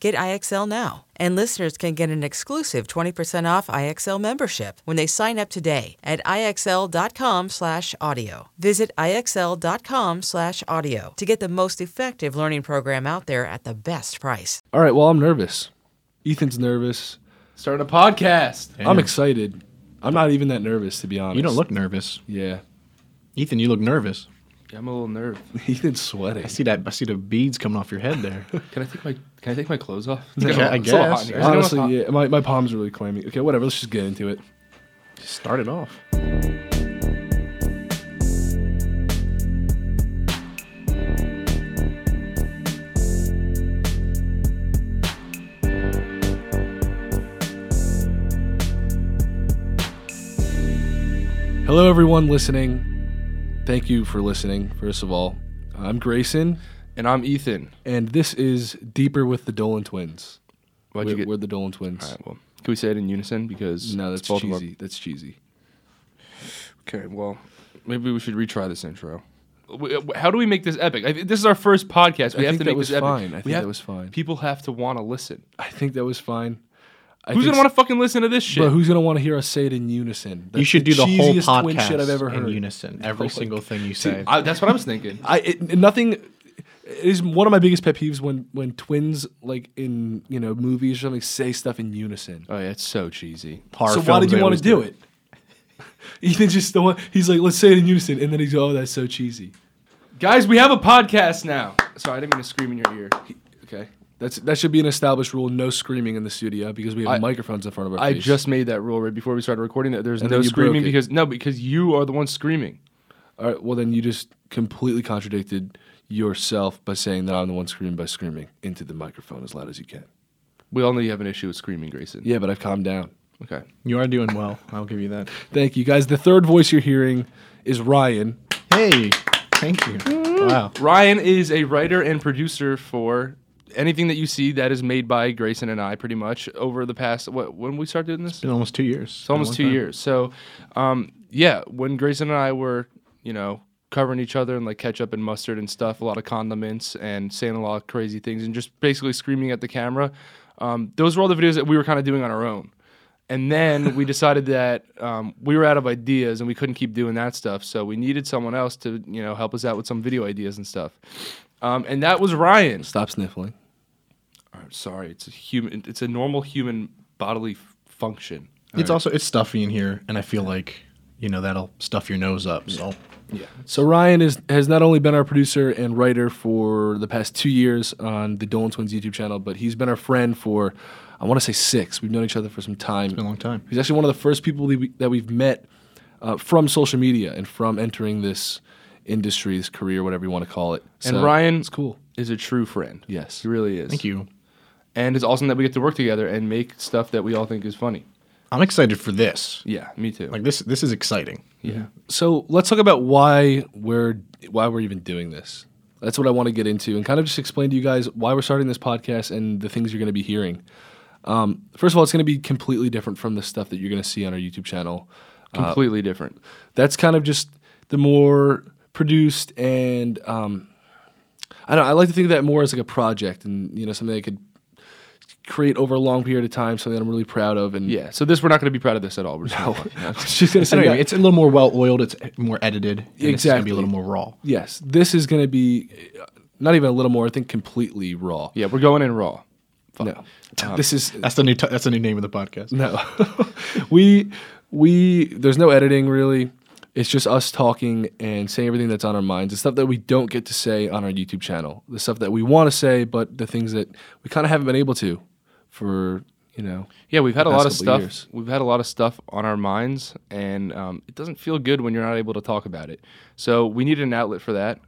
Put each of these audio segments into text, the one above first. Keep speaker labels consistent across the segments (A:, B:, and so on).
A: Get IXL now. And listeners can get an exclusive 20% off IXL membership when they sign up today at IXL.com slash audio. Visit IXL.com slash audio to get the most effective learning program out there at the best price.
B: All right. Well, I'm nervous. Ethan's nervous.
C: Starting a podcast.
B: I'm excited. I'm not even that nervous, to be honest.
D: You don't look nervous,
B: Yeah.
D: Ethan. You look nervous.
C: Yeah, I'm a little nerve.
B: Ethan's
D: I
B: sweating.
D: see that. I see the beads coming off your head there.
C: Can I take my Can I take my clothes off?
D: Yeah, I
C: It's a little hot in
D: guess.
C: here. Is anyone hot?
B: Honestly, yeah, my, my palms are really clammy. Okay, whatever. Let's just get into it.
D: Just start it off.
B: Hello, everyone listening. Thank you for listening, first of all. I'm Grayson,
C: And I'm Ethan.
B: and this is Deeper with the Dolan Twins.
C: Why'd
B: We're,
C: you get?
B: we're the Dolan Twins.
C: All right, well, can we say it in unison? Because
B: No,
C: it's
B: that's
C: Baltimore.
B: cheesy. That's cheesy.
C: Okay, well, maybe we should retry this intro. W- w- How do we make this epic? I, this is our first podcast. We
B: I think
C: have
B: that
C: to make
B: was
C: this epic.
B: fine. I
C: We
B: think
C: have-
B: that was fine.
C: People have to want to listen.
B: I think that was fine. I
C: Who's
B: think
C: gonna want to fucking listen to this shit?
B: But who's gonna want to hear us say it in unison? That's
D: you should do the whole
B: cheesiest twin
D: podcast
B: shit I've ever
D: in
B: heard.
D: unison. Every single thing you say.
C: I, that's what I was thinking.
B: I it, nothing. It is one of my biggest pet peeves when when twins like in you know movies or something say stuff in unison.
C: Oh yeah, it's so cheesy.
D: Horror
B: so why
D: films,
B: did you
D: they
B: want
D: always
B: to do it? Ethan just the one. He's like, let's say it in unison, and then he's oh, that's so cheesy.
C: Guys, we have a podcast now. Sorry, I didn't mean to scream in your ear.
B: Okay, that's that should be an established rule: no screaming in the studio because we have
C: I-
B: microphones in front of our
C: I
B: face.
C: just made that rule right before we started recording that there's
B: And then
C: no
B: you broke
C: screaming
B: it.
C: because no because you are the one screaming.
B: All right, well then you just completely contradicted yourself by saying that I'm the one screaming by screaming into the microphone as loud as you can.
C: We all know you have an issue with screaming, Grayson.
B: Yeah, but I've calmed down.
C: Okay.
D: You are doing well. I'll give you that.
B: Thank you guys. The third voice you're hearing is Ryan.
D: Hey, thank you.
B: Mm-hmm.
D: Wow.
C: Ryan is a writer and producer for anything that you see that is made by Grayson and I pretty much over the past what when we start doing this?
D: Been almost two years.
C: It's almost two years. So, um, yeah, when Grayson and I were, you know, covering each other in like ketchup and mustard and stuff, a lot of condiments and saying a lot of crazy things and just basically screaming at the camera, um, those were all the videos that we were kind of doing on our own. And then we decided that um, we were out of ideas and we couldn't keep doing that stuff. So we needed someone else to, you know, help us out with some video ideas and stuff. Um, and that was Ryan.
B: Stop sniffling.
C: I'm sorry, it's a human. It's a normal human bodily f- function.
D: It's also it's stuffy in here, and I feel like you know that'll stuff your nose up. So
B: So Ryan is has not only been our producer and writer for the past two years on the Dolan Twins YouTube channel, but he's been our friend for I want to say six. We've known each other for some time.
D: been a long time.
B: He's actually one of the first people that, we, that we've met uh, from social media and from entering this industry, this career, whatever you want to call it.
C: And
B: So,
C: Ryan
B: it's cool.
C: is a true friend.
B: Yes.
C: He really is.
D: Thank you.
C: And it's awesome that we get to work together and make stuff that we all think is funny.
D: I'm excited for this.
C: Yeah, me too.
D: Like this. This is exciting.
C: yeah.
B: so let's talk about why we're why we're even doing this. That's what I want to get into and kind of just explain to you guys why we're starting this podcast and the things you're going to be hearing. Um, first of all, it's going to be completely different from the stuff that you're going to see on our YouTube channel. uh,
C: Completely different.
B: That's kind of just the more produced and um, I don't. know, I like to think of that more as like a project and you know something I could create over a long period of time, something that I'm really proud of. And
C: Yeah. So this we're not going to be proud of this at all. We're just gonna fuck, you know?
B: I was just going to say
D: Anyway,
B: that-
D: it's a little more well oiled. It's more edited. And It's gonna be
B: Exactly.
D: a little more raw.
B: Yes, this is going to be uh, not even a little more. I think completely raw.
C: Yeah, we're going in raw.
B: No, this is
D: That's the new. T- that's the new name of the podcast.
B: no. we we there's no editing really. It's just us talking and saying everything that's on our minds. The stuff that we don't get to say on our YouTube channel. The stuff that we want to say, but the things that we kind of haven't been able to for, you know.
C: Yeah, we've had
B: the
C: a
B: past
C: lot of
B: couple
C: stuff.
B: years.
C: We've had a lot of stuff on our minds, and um, it doesn't feel good when you're not able to talk about it. So we needed an outlet for that.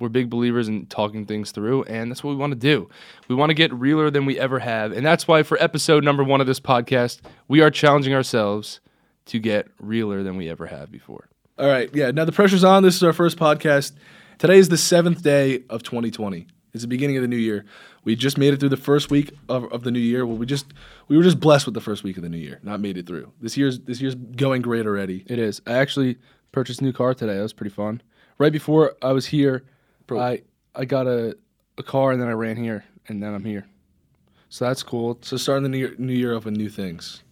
C: We're big believers in talking things through, and that's what we want to do. We want to get realer than we ever have, and that's why for episode number one of this podcast, we are challenging ourselves to get realer than we ever have before.
B: All right. Yeah. Now the pressure's on. This is our first podcast. Today is the seventh day of 2020. It's the beginning of the new year. We just made it through the first week of, of the new year. Well, we just we were just blessed with the first week of the new year. Not made it through. This year's this year's going great already.
C: It is. I actually purchased a new car today. That was pretty fun. Right before I was here, I I got a a car, and then I ran here, and then I'm here. So that's cool.
B: So starting the new year, new year off with new things.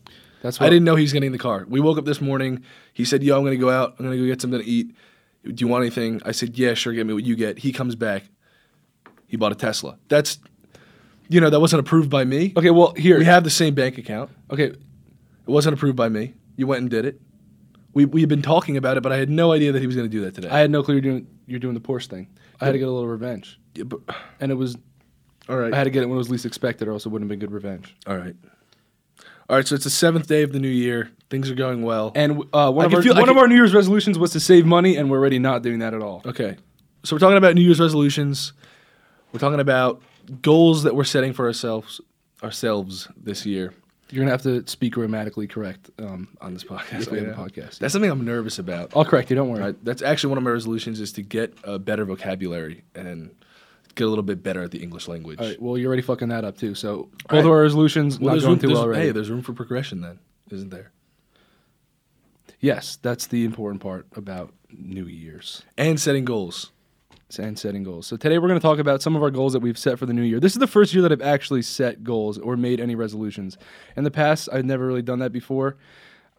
C: That's
B: I didn't know he was getting in the car. We woke up this morning. He said, "Yo, I'm gonna go out. I'm gonna go get something to eat. Do you want anything?" I said, "Yeah, sure. Get me what you get." He comes back. He bought a Tesla. That's, you know, that wasn't approved by me.
C: Okay, well here.
B: We have the same bank account.
C: okay,
B: It wasn't approved by me. You went and did it. We we had been talking about it, but I had no idea that he was going to do that today.
C: I had no clue you're doing you're doing the Porsche thing. I had to get a little revenge,
B: Yeah, but-
C: and it was
B: all right,
C: I had to get it when it was least expected, or else it wouldn't have been good revenge.
B: all right, all right. So it's the seventh day of the new year. Things are going well.
C: And uh, one
B: I
C: of
B: can
C: our
B: feel- I
C: one of
B: can-
C: our New Year's resolutions was to save money, and we're already not doing that at all.
B: okay, so we're talking about New Year's resolutions. We're talking about goals that we're setting for ourselves ourselves this year
C: You're gonna have to speak grammatically correct um,
B: on this podcast.
C: yes, on the
B: Yeah.
C: podcast.
B: That's something I'm nervous about.
C: I'll correct you. Don't worry.
B: All right, that's actually one of my resolutions is to get a better vocabulary and get a little bit better at the English language.
C: All right. Well, you're already fucking that up too. So both
B: right.
C: of our resolutions
B: Well,
C: not
B: there's
C: going
B: room,
C: too
B: there's-
C: well already.
B: Hey, there's room for progression then, isn't there?
C: yes, that's the important part about New Year's
B: And setting goals.
C: and setting goals. So today we're going to talk about some of our goals that we've set for the new year. This is the first year that I've actually set goals or made any resolutions. In the past, I've never really done that before.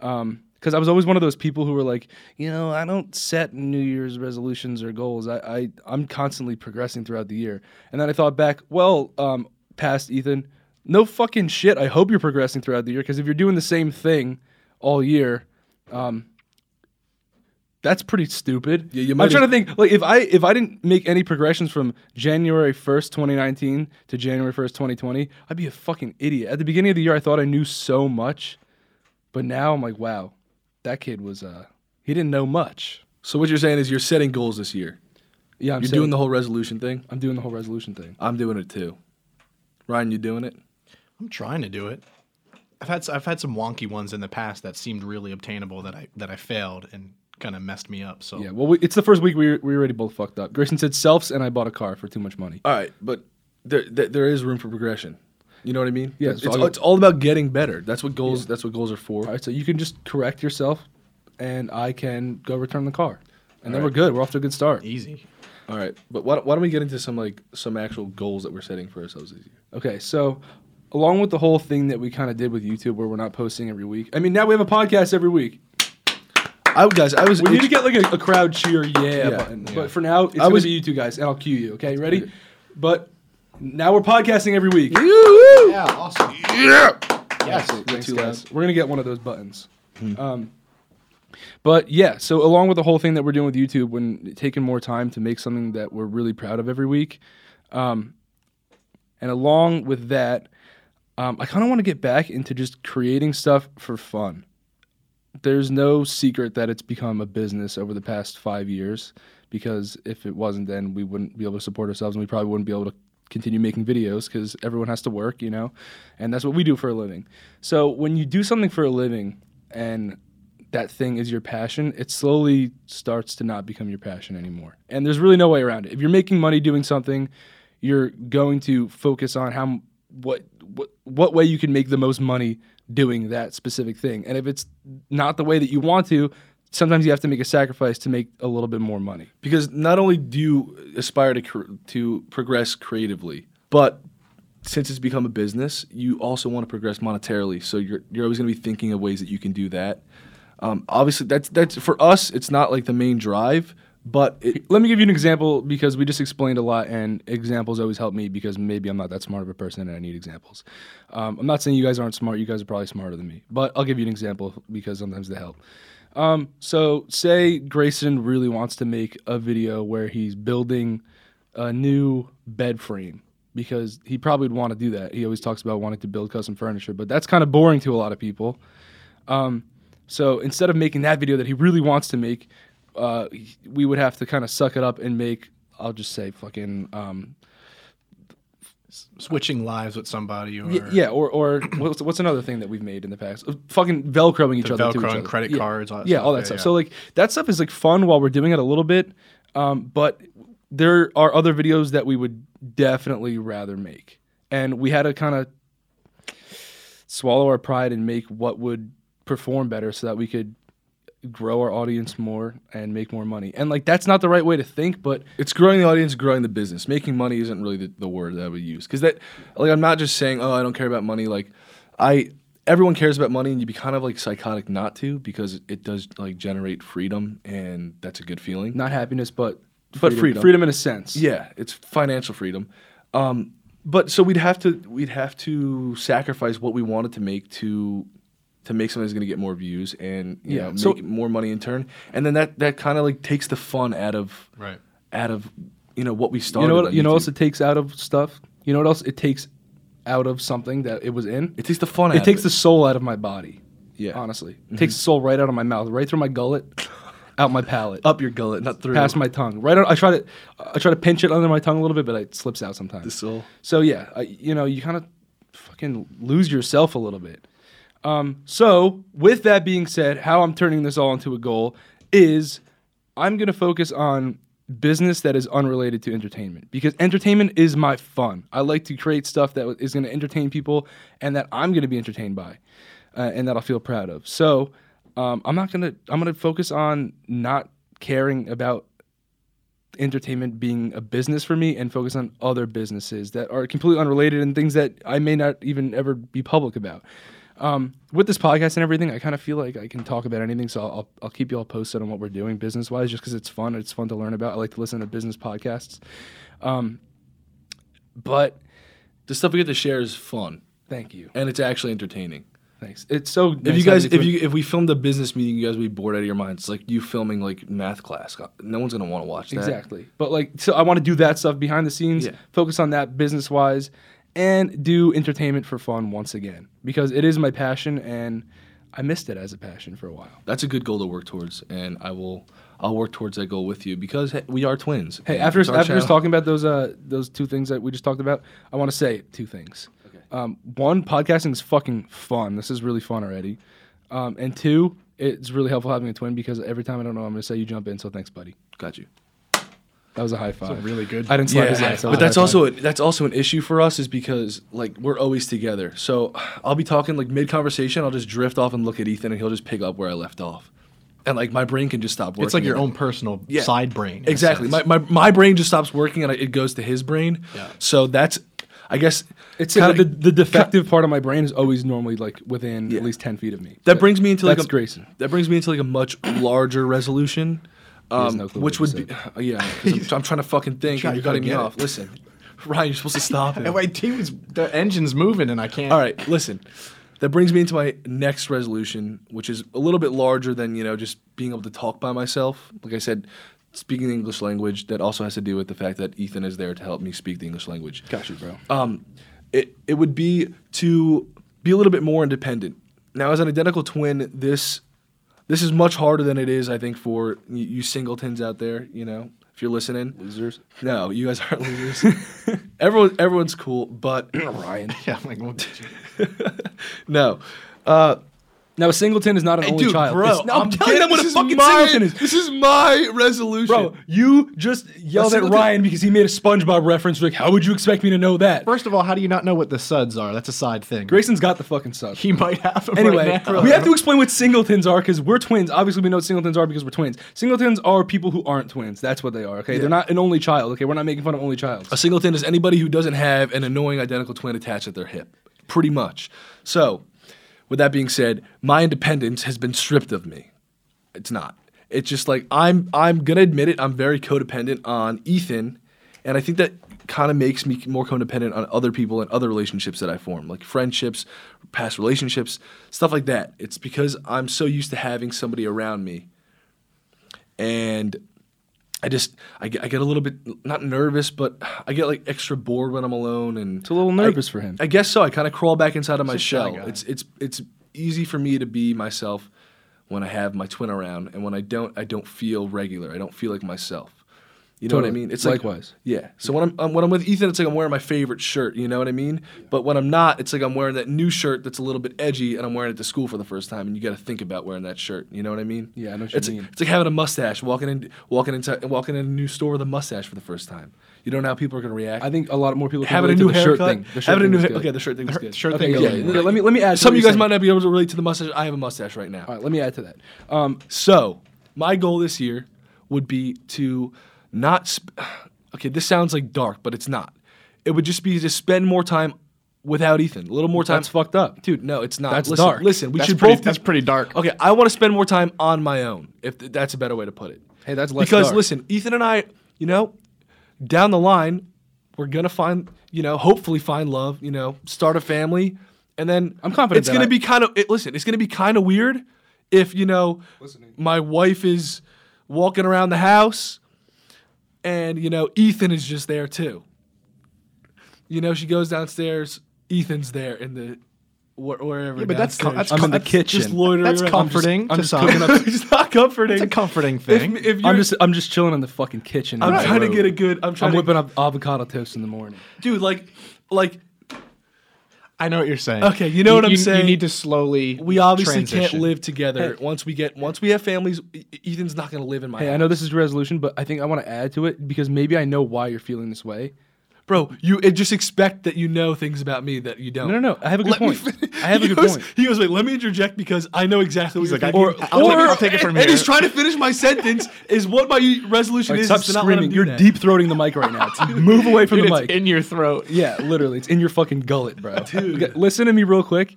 C: Um 'cause because I was always one of those people who were like, you know, I don't set New Year's resolutions or goals. I, I I'm constantly progressing throughout the year. And then I thought back, well, um, past Ethan, no fucking shit. I hope you're progressing throughout the year because if you're doing the same thing all year, um, that's pretty stupid.
B: Yeah, you
C: I'm
B: might
C: trying to think like if I if I didn't make any progressions from January 1st, 2019 to January 1st, 2020, I'd be a fucking idiot. At the beginning of the year, I thought I knew so much. But now I'm like, wow, that kid was uh he didn't know much.
B: So what you're saying is you're setting goals this year.
C: Yeah, I'm
B: You're
C: saying-
B: doing the whole resolution thing.
C: I'm doing the whole resolution thing.
B: I'm doing it too. Ryan, you doing it?
D: I'm trying to do it. I've had s- I've had some wonky ones in the past that seemed really obtainable that I that I failed and kind of messed me up. So
C: Yeah, well, we, it's the first week we we already both fucked up. Grayson said selfs, and I bought a car for too much money.
B: All right, but there there, there is room for progression. You know what I mean?
C: Yeah,
B: It's,
C: so
B: it's,
C: I'll-
B: it's all about getting better. That's what goals. That's what goals are
C: All
B: for.
C: right, so you can just correct yourself, and I can go return the car, and then we're good. We're off to a good start.
D: easy.
B: All right, but why, don't- why don't we get into some like some actual goals that we're setting for ourselves this year?
C: Okay, so along with the whole thing that we kind of did with YouTube, where we're not posting every week. I mean, now we have a podcast every week.
B: I guys, I was
C: We need to get like a, a crowd cheer, yeah, button. But for now, it's
B: I
C: gonna
B: was-
C: be you two guys, and I'll cue you. Okay, ready? But now we're podcasting every week.
D: Yeah, awesome.
C: Yes,
B: Thanks,
C: thanks, guys.
B: guys.
C: We're gonna get one of those buttons. Um, but yeah, so along with the whole thing that we're doing with YouTube, when taking more time to make something that we're really proud of every week, um, and along with that, um, I kind of want to get back into just creating stuff for fun. There's no secret that it's become a business over the past five years, because if it wasn't, then we wouldn't be able to support ourselves, and we probably wouldn't be able to continue making videos because everyone has to work, you know, and that's what we do for a living. So when you do something for a living and that thing is your passion, it slowly starts to not become your passion anymore. And there's really no way around it. If you're making money doing something, you're going to focus on how m- what what what way you can make the most money doing that specific thing. And if it's not the way that you want to, sometimes you have to make a sacrifice to make a little bit more money.
B: because not only do you aspire to cr- to progress creatively, but since it's become a business, you also want to progress monetarily. So you're you're always going to be thinking of ways that you can do that. Um, obviously, that's that's for us. It's not like the main drive, but it,
C: Let me give you an example because we just explained a lot, and examples always help me because maybe I'm not that smart of a person and I need examples. Um, I'm not saying you guys aren't smart, you guys are probably smarter than me, but I'll give you an example because sometimes they help. Um, so say Grayson really wants to make a video where he's building a new bed frame because he probably would want to do that. He always talks about wanting to build custom furniture, but that's kind of boring to a lot of people. Um, so instead of making that video that he really wants to make, uh, he- we would have to kind of suck it up and make I'll just say fucking um,
D: Switching lives with somebody or
C: y- yeah or or what's, what's another thing that we've made in the past? Uh, fucking velcroing each other to each
D: Velcro
C: other.
D: and credit
C: Yeah.
D: cards. All that
C: yeah,
D: stuff.
C: all that stuff. So like that stuff is like fun while we're doing it a little bit, um, but there are other videos that we would definitely rather make, and we had to kind of swallow our pride and make what would perform better so that we could grow our audience more and make more money. And like that's not the right way to think, but
B: It's growing the audience, growing the business. Making money isn't really the, the word that I would use because that, like, I'm not just saying, oh, I don't care about money. Like, I everyone cares about money, and you'd be kind of like psychotic not to because it does like generate freedom, and that's a good feeling.
C: not happiness, but but
B: Freedom.
C: freedom, freedom in a sense.
B: Yeah, it's financial freedom. Um, but so we'd have to we'd have to sacrifice what we wanted to make to to make something that's going to get more views and you
C: Yeah,
B: know,
C: so-
B: make more money in turn. And then that that kind of like takes the fun out of
D: Right.
B: out of you know what we
C: You
B: started.
C: know what?
B: on
C: You know
B: YouTube.
C: what else it takes out of stuff. You know what else it takes out of something that it was in.
B: It takes the fun. out
C: It takes
B: of
C: the
B: it.
C: soul out of my body.
B: Yeah. Mm-hmm.
C: Honestly. It takes the soul right out of my mouth, right through my gullet, out my palate,
B: up your gullet, not through.
C: past my tongue. Right out, I try to I try to pinch it under my tongue a little bit, but it slips out sometimes.
B: the soul.
C: So yeah, I, you know, you kind of fucking lose yourself a little bit. Um, so with that being said, how I'm turning this all into a goal is I'm gonna focus on business that is unrelated to entertainment because entertainment is my fun. I like to create stuff that is gonna entertain people and that I'm gonna be entertained by, uh, and that I'll feel proud of. So um, I'm not gonna I'm gonna focus on not caring about entertainment being a business for me and focus on other businesses that are completely unrelated and things that I may not even ever be public about. Um, with this podcast and everything, I kind of feel like I can talk about anything, so I'll, I'll keep you all posted on what we're doing business wise, just because it's fun. It's fun to learn about. I like to listen to business podcasts, um, but
B: The stuff we get to share is fun,
C: thank you,
B: and it's actually entertaining.
C: thanks. It's so.
B: If you guys, if you if we filmed a business meeting, you guys would be bored out of your minds. It's like you filming like math class. uh, No one's gonna want to watch that.
C: Exactly. But like, so I want to do that stuff behind the scenes,
B: Yeah.
C: focus on that business wise, and do entertainment for fun once again because it is my passion and I missed it as a passion for a while.
B: That's a good goal to work towards, and I will. I'll work towards that gool with you because hey, we are twins.
C: Hey,
B: and
C: after
B: it's our
C: after just
B: channel.
C: talking about those uh those two things that we just talked about, I want to say two things. Okay. Um, one, podcasting is fucking fun. This is really fun already. Um, and two, it's really helpful having a twin because every time I don't know, what I'm gonna say you jump in. So thanks, buddy.
B: got you.
C: That was a high five.
D: really good-
C: I didn't slap his ass. that was
B: but
C: a
B: that's
C: high five.
B: also that's also an issue for us is because like we're always together. So I'll be talking like mid conversation, I'll just drift off and look at Ethan, and he'll just pick up where I left off, and like my brain can just stop working.
D: It's like your
B: and-
D: own personal
B: Yeah.
D: side brain. in a
B: Exactly. My,
D: sense.
B: my my brain just stops working and I, it goes to his brain.
D: Yeah.
B: So that's, I guess,
C: It's
B: kinda-
C: kind of the, the defective part of my brain is always normally like within at least ten feet of me.
B: that brings me into like
C: that's
B: a,
C: Grayson.
B: That brings me into like a much larger resolution,
C: has
B: um,
C: no clue
B: which
C: what
B: would
C: he
B: be uh, yeah. 'cause I'm, I'm trying to fucking think.
D: Try-
B: and you're
D: gotta
B: cutting me
D: get it.
B: off. Listen, Ryan, you're supposed to stop it.
D: And my team is the engine's moving and I can't.
B: All right, listen. That brings me into my next resolution, which is a little bit larger than you know just being able to talk by myself. Like I said, speaking the English language that also has to do with the fact that Ethan is there to help me speak the English language.
C: Got you, bro.
B: Um, it it would be to be a little bit more independent. Now, as an identical twin, this this is much harder than it is, I think, for y- you singletons out there. You know, if you're listening,
C: Losers.
B: No, you guys aren't losers. Everyone, everyone's cool, but
C: Ryan.
D: Yeah, I'm like, well, did you-
B: no. Uh,
C: Now a singleton is not an only child. It's- no, I'm, telling
B: getting-
C: them what a
B: this is
C: fucking
B: my,
C: singleton is.
B: This is my resolution.
C: Bro, you just yelled at
B: singleton-
C: Ryan because he made a SpongeBob reference. Like, how would you expect me to know that?
D: First of all, how do you not know what the suds are? That's a side thing.
C: Grayson's got the fucking suck.
D: He might have them
C: Anyway,
D: right now.
C: we have to explain what singletons are because we're twins. Obviously, we know what singletons are because we're twins. Singletons are people who aren't twins. That's what they are. Okay, they're not an only child. Okay, we're not making fun of only childs.
B: a singleton is anybody who doesn't have an annoying identical twin attached at their hip, pretty much. So, with that being said, my independence has been stripped of me. It's not. It's just like I'm. I'm gonna admit it. I'm very codependent on Ethan, and I think that kind of makes me more codependent on other people and other relationships that I form, like friendships, past relationships, stuff like that. It's because I'm so used to having somebody around me. And I just, I get, I get a little bit, not nervous, but I get like extra bored when I'm alone. And
C: It's a little nervous for him.
B: I guess so. I kind of crawl back inside of my
D: a shy
B: shell.
D: guy.
B: It's it's it's easy for me to be myself when I have my twin around, and when I don't, I don't feel regular. I don't feel like myself. You know what I
C: Totally.
B: mean? It's
C: Likewise.
B: Like, yeah. So when I'm, I'm when I'm with Ethan, it's like I'm wearing my favorite shirt. You know what I mean? But when I'm not, it's like I'm wearing that new shirt that's a little bit edgy, and I'm wearing it to school for the first time, and you got to think about wearing that shirt. You know what I mean?
C: Yeah, I know what you
B: it's,
C: mean.
B: It's like having a mustache, walking in, walking into, walking in a new store with a mustache for the first time. You don't know how people are gonna react.
C: I think a lot more people can
B: having a
C: relate
B: new
C: to the shirt
B: haircut.
C: thing. The shirt
B: having
C: thing
B: a new
C: is
B: hair-
C: good.
B: okay, the shirt thing. was good.
D: Sure
C: Okay,
D: thing.
C: yeah,
D: is
C: yeah,
D: good.
C: yeah. Let me let me add. to
B: Some
C: what
B: of you
C: you're
B: guys
C: saying.
B: might not be able to relate to the mustache. I have a mustache right now.
C: All right, let me add to that. Um,
B: So my goal this year would be to not. Sp- okay, this sounds like dark, but it's not. It would just be to spend more time without Ethan. A little more time.
C: That's fucked up.
B: dude. No, it's not.
C: That's
B: listen,
C: dark.
B: Listen, we
D: That's
B: should
D: pretty-
B: both.
D: that's pretty dark.
B: Okay, I want to spend more time on my own. If th- that's a better way to put it.
C: Hey, that's less
B: because
C: dark.
B: listen, Ethan and I, you know, down the line, we're gonna find, you know, hopefully find love. You know, start a family, and then
C: I'm confident
B: it's
C: that
B: gonna
C: I-
B: be kind of. It, listen, it's gonna be kind of weird if you know my wife is walking around the house, and you know Ethan is just there too. You know, she goes downstairs. Ethan's there in the where- wherever.
D: Yeah, but that's com-
B: downstairs.
D: that's I'm in com- the
B: That's Just
C: kitchen.
B: loitering.
D: That's
B: around.
D: comforting
B: I'm
D: to
B: just,
D: some.
B: I'm just cooking up- it's not comforting.
D: It's a comforting thing.
B: If, if you're,
C: I'm just I'm just chilling in the fucking kitchen.
B: I'm
C: on my
B: trying to
C: road.
B: get a good. I'm
C: I'm
B: trying to,
C: whipping up avocado toast in the morning.
B: dude. Like, like
D: I know what you're saying.
B: Okay, you know what I'm saying?
D: You need to slowly.
B: we obviously
D: transition.
B: can't live together once we get once we have families. E- Ethan's not gonna live in my
C: Hey,
B: house,
C: I know this is resolution, but I think I want to add to it because maybe I know why you're feeling this way.
B: bro. You it just expect that you know things about me that you don't.
C: No, no, no. I have a good
B: Let me
C: point.
B: fin-
C: I have
B: He
C: a good
B: goes-
C: point.
B: He goes, wait, let me interject because I know exactly what
D: He's
B: you're
D: like, I
B: thinking.
D: can- I'll take it- I'll take it from
B: and- and
D: here.
B: he's trying to finish my sentence is what my resolution
C: Like,
B: is.
C: stop
B: is to not let him
C: screaming.
B: do
C: You're
B: that.
C: deep throating the mic right now. Move away from
D: Dude,
C: the
D: it's
C: mic.
D: in your throat.
C: Yeah, literally, it's in your fucking gullet, bro. Okay, Listen to me real quick.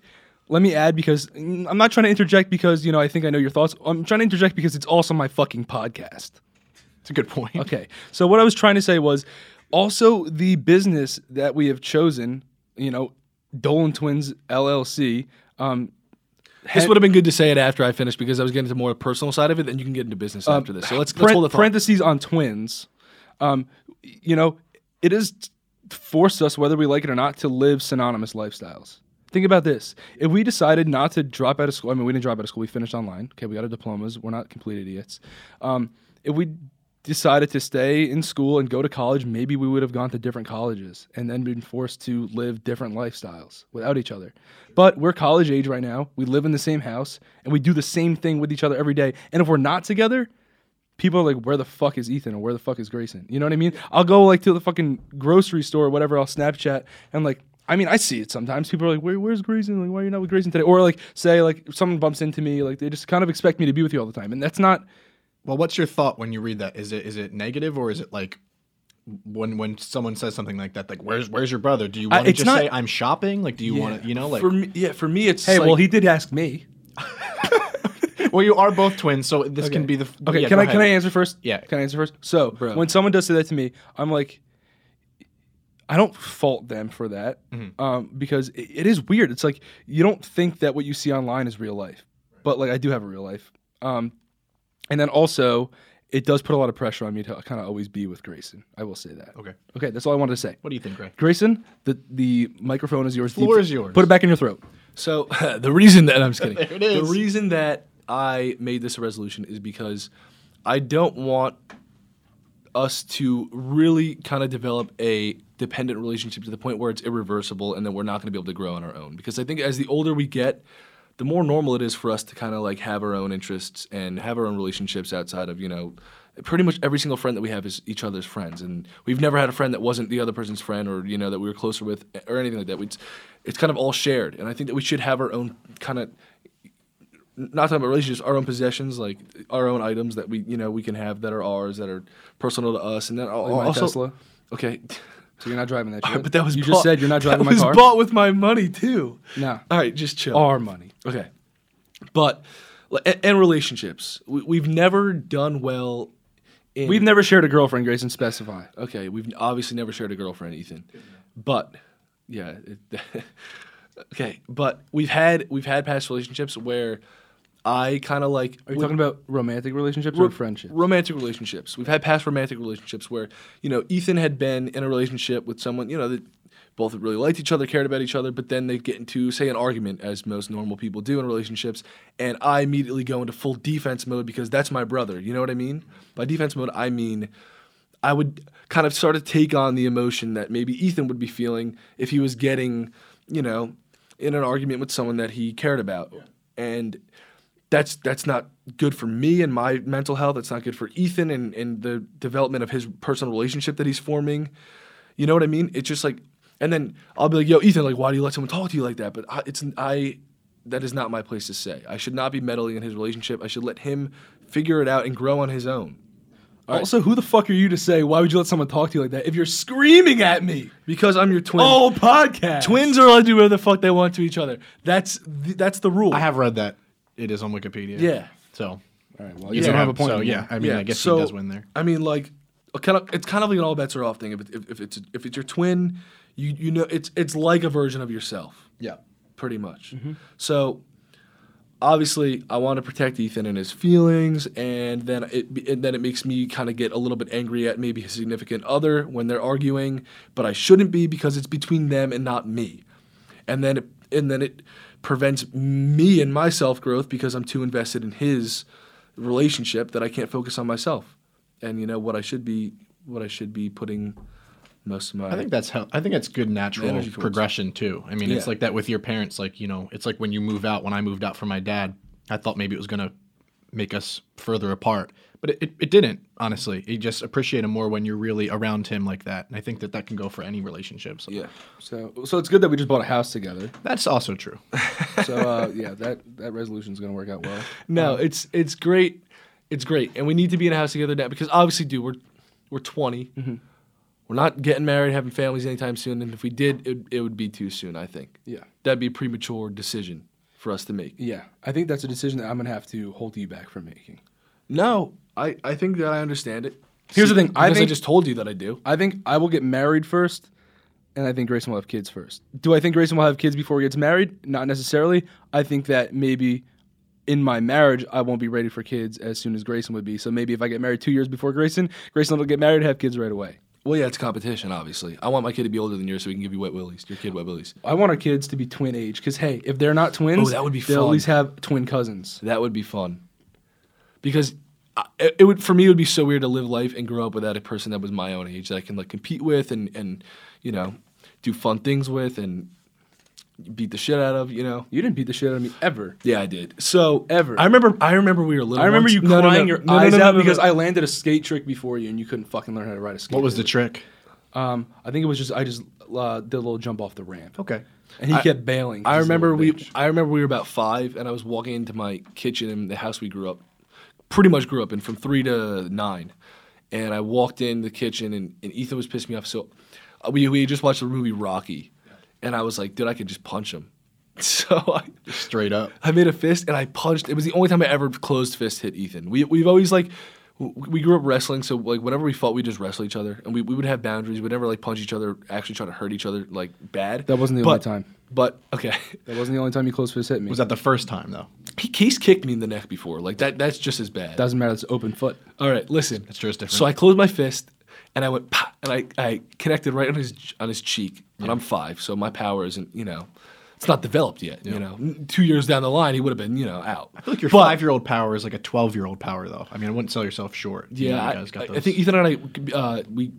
C: Let me add because mm, I'm not trying to interject because you know I think I know your thoughts. I'm trying to interject because it's also my fucking podcast.
D: It's a good point.
C: Okay, so what I was trying to say was also the business that we have chosen. You know, Dolan Twins LLC. Um,
B: This would have been good to say it after I finished because I was getting to more personal side of it. Then you can get into business
D: Um,
B: after this. So let's, let's
C: paren-
B: hold the thought.
C: parentheses on twins. Um, you know, it has forced us, whether we like it or not, to live synonymous lifestyles. Think about this: if we decided not to drop out of school, I mean, we didn't drop out of school. We finished online. Okay, we got our diplomas. We're not complete idiots. Um, if we decided to stay in school and go to college, maybe we would have gone to different colleges and then been forced to live different lifestyles without each other. But we're college age right now. We live in the same house and we do the same thing with each other every day. And if we're not together, people are like, where the fuck is Ethan or where the fuck is Grayson? You know what I mean? I'll go like to the fucking grocery store or whatever. I'll Snapchat and like, I mean, I see it sometimes. People are like, Where, where's Grayson? Like, why are you not with Grayson today? Or like, say like someone bumps into me, like they just kind of expect me to be with you all the time, and that's not.
D: Well, what's your thought when you read that? Is it is it negative or is it like when when someone says something like that? Like, where's where's your brother? Do you
B: Uh,
D: want to
C: it's
D: just
C: not-
D: say I'm shopping? Like, do you want to you know like?
B: for me, yeah, for me, it's
C: Hey,
B: like,
C: well, he did ask me.
D: well, you are both twins, so this can be the f-
C: Okay,
D: yeah,
C: can
D: go
C: I can I
D: ahead.
C: answer first?
D: Yeah.
C: Can I answer first? So when someone does say that to me, I'm like, I don't fault them for that
D: Mm-hmm.
C: um, because it, it is weird. It's like you don't think that what you see online is real life, but like I do have a real life. Um, and then also, it does put a lot of pressure on me to kind of always be with Grayson. I will say that.
D: Okay.
C: Okay, that's all I wanted to say.
D: What do you think, Greg?
C: Grayson, the the microphone is yours.
D: Floor is yours.
C: Put it back in your throat.
B: So the reason that I'm just kidding.
D: There it is.
B: The reason that I made this a resolution is because I don't want us to really kind of develop a dependent relationship to the point where it's irreversible and then we're not going to be able to grow on our own. Because I think as the older we get, the more normal it is for us to kind of like have our own interests and have our own relationships outside of, you know, pretty much every single friend that we have is each other's friends. And we've never had a friend that wasn't the other person's friend or, you know, that we were closer with eh, or anything like that. It's, it's kind of all shared. And I think that we should have our own kind of not talking about relationships, our own possessions, like our own items that we, you know, we can have that are ours, that are personal to us, and then al-
C: my
B: also
C: Tesla.
B: Okay,
C: So you're not driving
D: Ah,
C: that. Shit.
B: but that was
C: you
B: bought-
C: just said you're not driving
B: that
C: my
B: was
C: car. Oh.
B: bought with my money too.
C: Nah.
B: All right, just chill.
C: Our money.
B: Okay, but li- and, and relationships, we, we've never done well in-
C: We've never shared a girlfriend, Grayson. Specify.
B: Okay, we've obviously never shared a girlfriend, Ethan. But yeah, it, okay, but we've had we've had past relationships where I kind of like
C: Are you talking about romantic relationships or friendships?
B: romantic relationships. We've had past romantic relationships where you know Ethan had been in a relationship with someone you know that both really liked each other, cared about each other, but then they get into say an argument as most normal people do in relationships, and I immediately go into full defense mode because that's my brother. You know what I mean? By defense mode, I mean I would kind of start to take on the emotion that maybe Ethan would be feeling if he was getting, you know, in an argument with someone that he cared about. And that's that's not good for me and my mental health. It's not good for Ethan and, and the development of his personal relationship that he's forming. You know what I mean? It's just like, and then I'll be like, "Yo, Ethan, like, why do you let someone talk to you like that?" But I, it's I, that is not my place to say. I should not be meddling in his relationship. I should let him figure it out and grow on his own.
C: Also, who the fuck are you to say? Why would you let someone talk to you like that if you're screaming at me?
B: Because I'm your twin.
C: Oh, podcast.
B: Twins are allowed to do whatever the fuck they want to each other. That's the, that's the rule.
D: I have read that it is on Wikipedia.
B: Yeah.
D: So
C: All right, well,
D: you
C: yeah.
D: don't
B: Yeah,
D: have a point.
C: so,
D: So yeah, I mean, I guess
B: so,
D: he does win there.
B: I mean, like, a kind of, it's kind of like an all bets are off thing. If, it, if, if it's if it's your twin, you you know it's it's like a version of yourself,
D: Yeah.
B: pretty much.
D: Mm-hmm.
B: So obviously, I want to protect Ethan and his feelings, and then it and then it makes me kind of get a little bit angry at maybe his significant other when they're arguing, but I shouldn't be because it's between them and not me. And then it, and then it prevents me and my self growth because I'm too invested in his relationship that I can't focus on myself. And you know what I should be what I should be putting most of my
D: I think that's how I think that's good natural
B: Energy towards.
D: progression too. I mean, it's
B: Yeah.
D: like that with your parents. Like you know, it's like when you move out. When I moved out from my dad, I thought maybe it was gonna make us further apart, but it, it, it didn't. Honestly, you just appreciate him more when you're really around him like that. And I think that that can go for any relationship. So
B: yeah.
C: so, so it's good that we just bought a house together.
D: that's also true.
C: So uh, yeah, that that resolution's gonna work out well.
B: No, it's it's great. It's great, and we need to be in a house together now because obviously, dude, we're we're 20 We're not getting married, having families anytime soon, and if we did, it, it would be too soon. I think.
C: Yeah.
B: that'd be a premature decision for us to make.
C: Yeah, I think that's a decision that I'm gonna have to hold you back from making.
B: No, I I think that I understand it.
C: Here's the thing, I
B: I think I
C: think-
B: just told you that I do.
C: I think I will get married first, and I think Grayson will have kids first. Do I think Grayson will have kids before he gets married? Not necessarily. I think that maybe in my marriage, I won't be ready for kids as soon as Grayson would be. So maybe if I get married two years before Grayson, Grayson will get married and have kids right away.
B: Well, yeah, it's competition, obviously. I want my kid to be older than yours so we can give you wet willies. Your kid wet willies.
C: I want our kids to be twin age because, hey, if they're not twins,
B: Oh, that would be
C: they'll at
B: fun.
C: least have twin cousins.
B: That would be fun. Because I, it it would for me it would be so weird to live life and grow up without a person that was my own age that I can like compete with and and you know do fun things with and beat the shit out of you know.
C: You didn't beat the shit out of me ever.
B: Yeah, I did. So
C: Ever.
B: I remember I remember we were little.
C: I remember
B: once.
C: you
B: No, no, no.
C: crying your
B: No, no,
C: eyes
B: no, no,
C: out
B: no, no.
C: because I landed a skate trick before you and you couldn't fucking learn how to ride a skate.
D: What was the trick?
C: Um, I think it was just I just uh, did a little jump off the ramp.
D: Okay.
C: And he kept bailing.
B: I
C: He's a
B: remember
C: little
B: we
C: bitch.
B: I remember we were about five and I was walking into my kitchen in the house we grew up pretty much grew up in from three to nine. And I walked in the kitchen and, and Ethan was pissing me off. So uh, we we had just watched the movie Rocky and I was like, dude, I could just punch him. So I
D: Straight up.
B: I made a fist and I punched. It was the only time I ever closed fist hit Ethan. We we've always like w- we grew up wrestling, so like whenever we fought, we just wrestle each other, and we, we would have boundaries. We'd never like punch each other, actually try to hurt each other like bad.
C: That wasn't the
B: But-
C: only time.
B: But okay,
C: That wasn't the only time you close fist hit me.
D: Was that the first time though?
B: he, he's kicked me in the neck before. Like that that's just as bad.
C: Doesn't matter. It's open foot.
B: All right, listen.
D: That's just different.
B: So I closed my fist and I went "Pah," and I, I connected right on his on his cheek. And I'm five, so my power isn't you know. It's not developed yet, you know. Two years down the line, he would have been, you know, out.
D: I feel like your
B: But-
D: five-year-old power is like a twelve-year-old power though. I mean, I wouldn't sell yourself short. You know,
B: Yeah,
D: you
B: I,
D: guys got
B: I- I
D: those.
B: think Ethan and I uh, we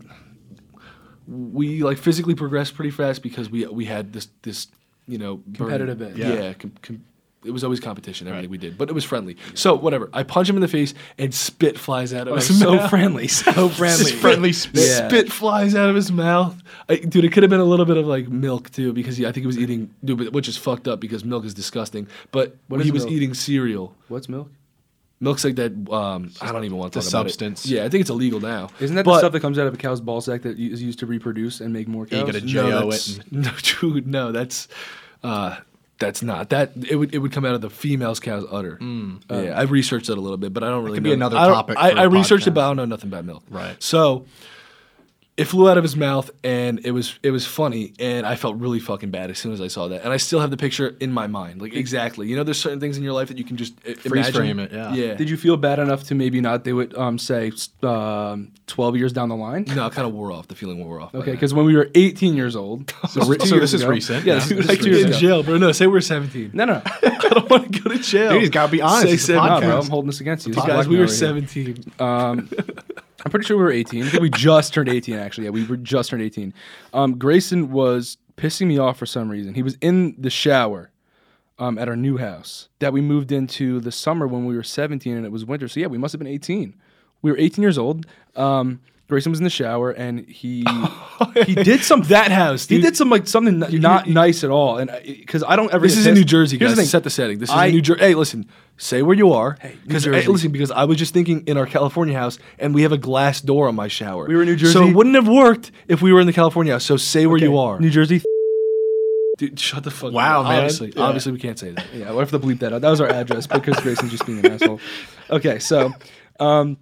B: we like physically progressed pretty fast because we we had this this you know burning-
C: Competitive edge.
B: Yeah, com- com- it was always competition everything we did, but it was friendly. So whatever, I punch him in the face and spit flies
D: Oh,
B: out of his mouth.
C: friendly. So friendly.
D: friendly spit.
C: Yeah.
B: Spit flies out of his mouth, I, dude. It could have been a little bit of like milk too, because he, I think he was eating, dude, but- which is fucked up because milk is disgusting. But
C: What
B: he
C: is
B: was
C: milk?
B: eating cereal.
C: What's milk?
B: Milk's like that. Um, I don't even want to
D: the
B: talk about it.
D: substance.
B: Yeah, I think it's illegal now.
C: Isn't that
B: But-
C: the stuff that comes out of a cow's ball sack that is used to reproduce and make more
D: you
C: cows?
D: gotta-
B: no,
D: J.O.
B: that's- no, dude, no, that's uh, That's not that. It would it would come out of the female's cow's udder. yeah, I researched that a little bit, but I don't really.
D: Hmm. could
B: know.
D: be another
B: I don't-
D: topic
B: I,
D: for
B: I
D: a
B: researched it,
D: podcast.
B: but I don't know nothing about milk.
D: Right.
B: So it flew out of his mouth, and it was it was funny, and I felt really fucking bad as soon as I saw that, and I still have the picture in my mind, like exactly. You know, there's certain things in your life that you can just uh,
D: Freeze
B: imagine.
D: frame it, yeah.
B: Yeah.
C: Did you feel bad enough to maybe not do it? Um, say s- um, twelve years down the line.
B: no, it kind of wore off. The feeling wore off. by
C: Okay,
B: then.
C: because when we were 18 years old, so,
D: re- so this is recent.
C: Yeah,
D: Yeah,
C: this
D: this
C: is
D: is
C: like two years
B: in
C: ago.
B: jail, bro. No, say we're 17.
C: No, no,
B: I don't want to go to jail.
D: Dude, he's gotta be honest.
B: Say
D: It's a
B: 17.
C: no, bro. I'm
D: podcast.
C: holding this against you. This is
B: Guys, we
C: blackmail
B: were
C: right here.
B: 17.
C: Um, I'm pretty sure we were 18. I think we just turned 18, actually. Yeah, we were just turned 18. Um, Grayson was pissing me off for some reason. He was in the shower um, at our new house that we moved into the summer when we were 17 and it was winter. So, yeah, we must have been 18. We were 18 years old. Um, Grayson was in the shower and he he did some
B: That house,
C: he
B: dude.
C: did some like something not, not nice at all and because I, don't ever
B: This
C: get
B: is in
C: pissed-
B: New Jersey, guys.
C: Here's the thing.
B: Set the setting. This is
C: I-
B: in New Jersey. Hey, listen. Say where you are. Hey,
C: New
B: hey,
C: Jersey.
B: listen, because I was just thinking in our California house, and we have a glass door on my shower.
C: We were in New
B: so
C: Jersey.
B: it wouldn't have worked if we were in the California house. So say where you
C: Okay,
B: are,
C: New Jersey
B: dude. Shut the fuck.
D: Wow,
B: up.
D: man.
B: Obviously,
D: Yeah.
B: obviously, we can't say that.
C: Yeah, we'll have to bleep that out. That was our address because Grayson's just being an asshole. Okay, so um,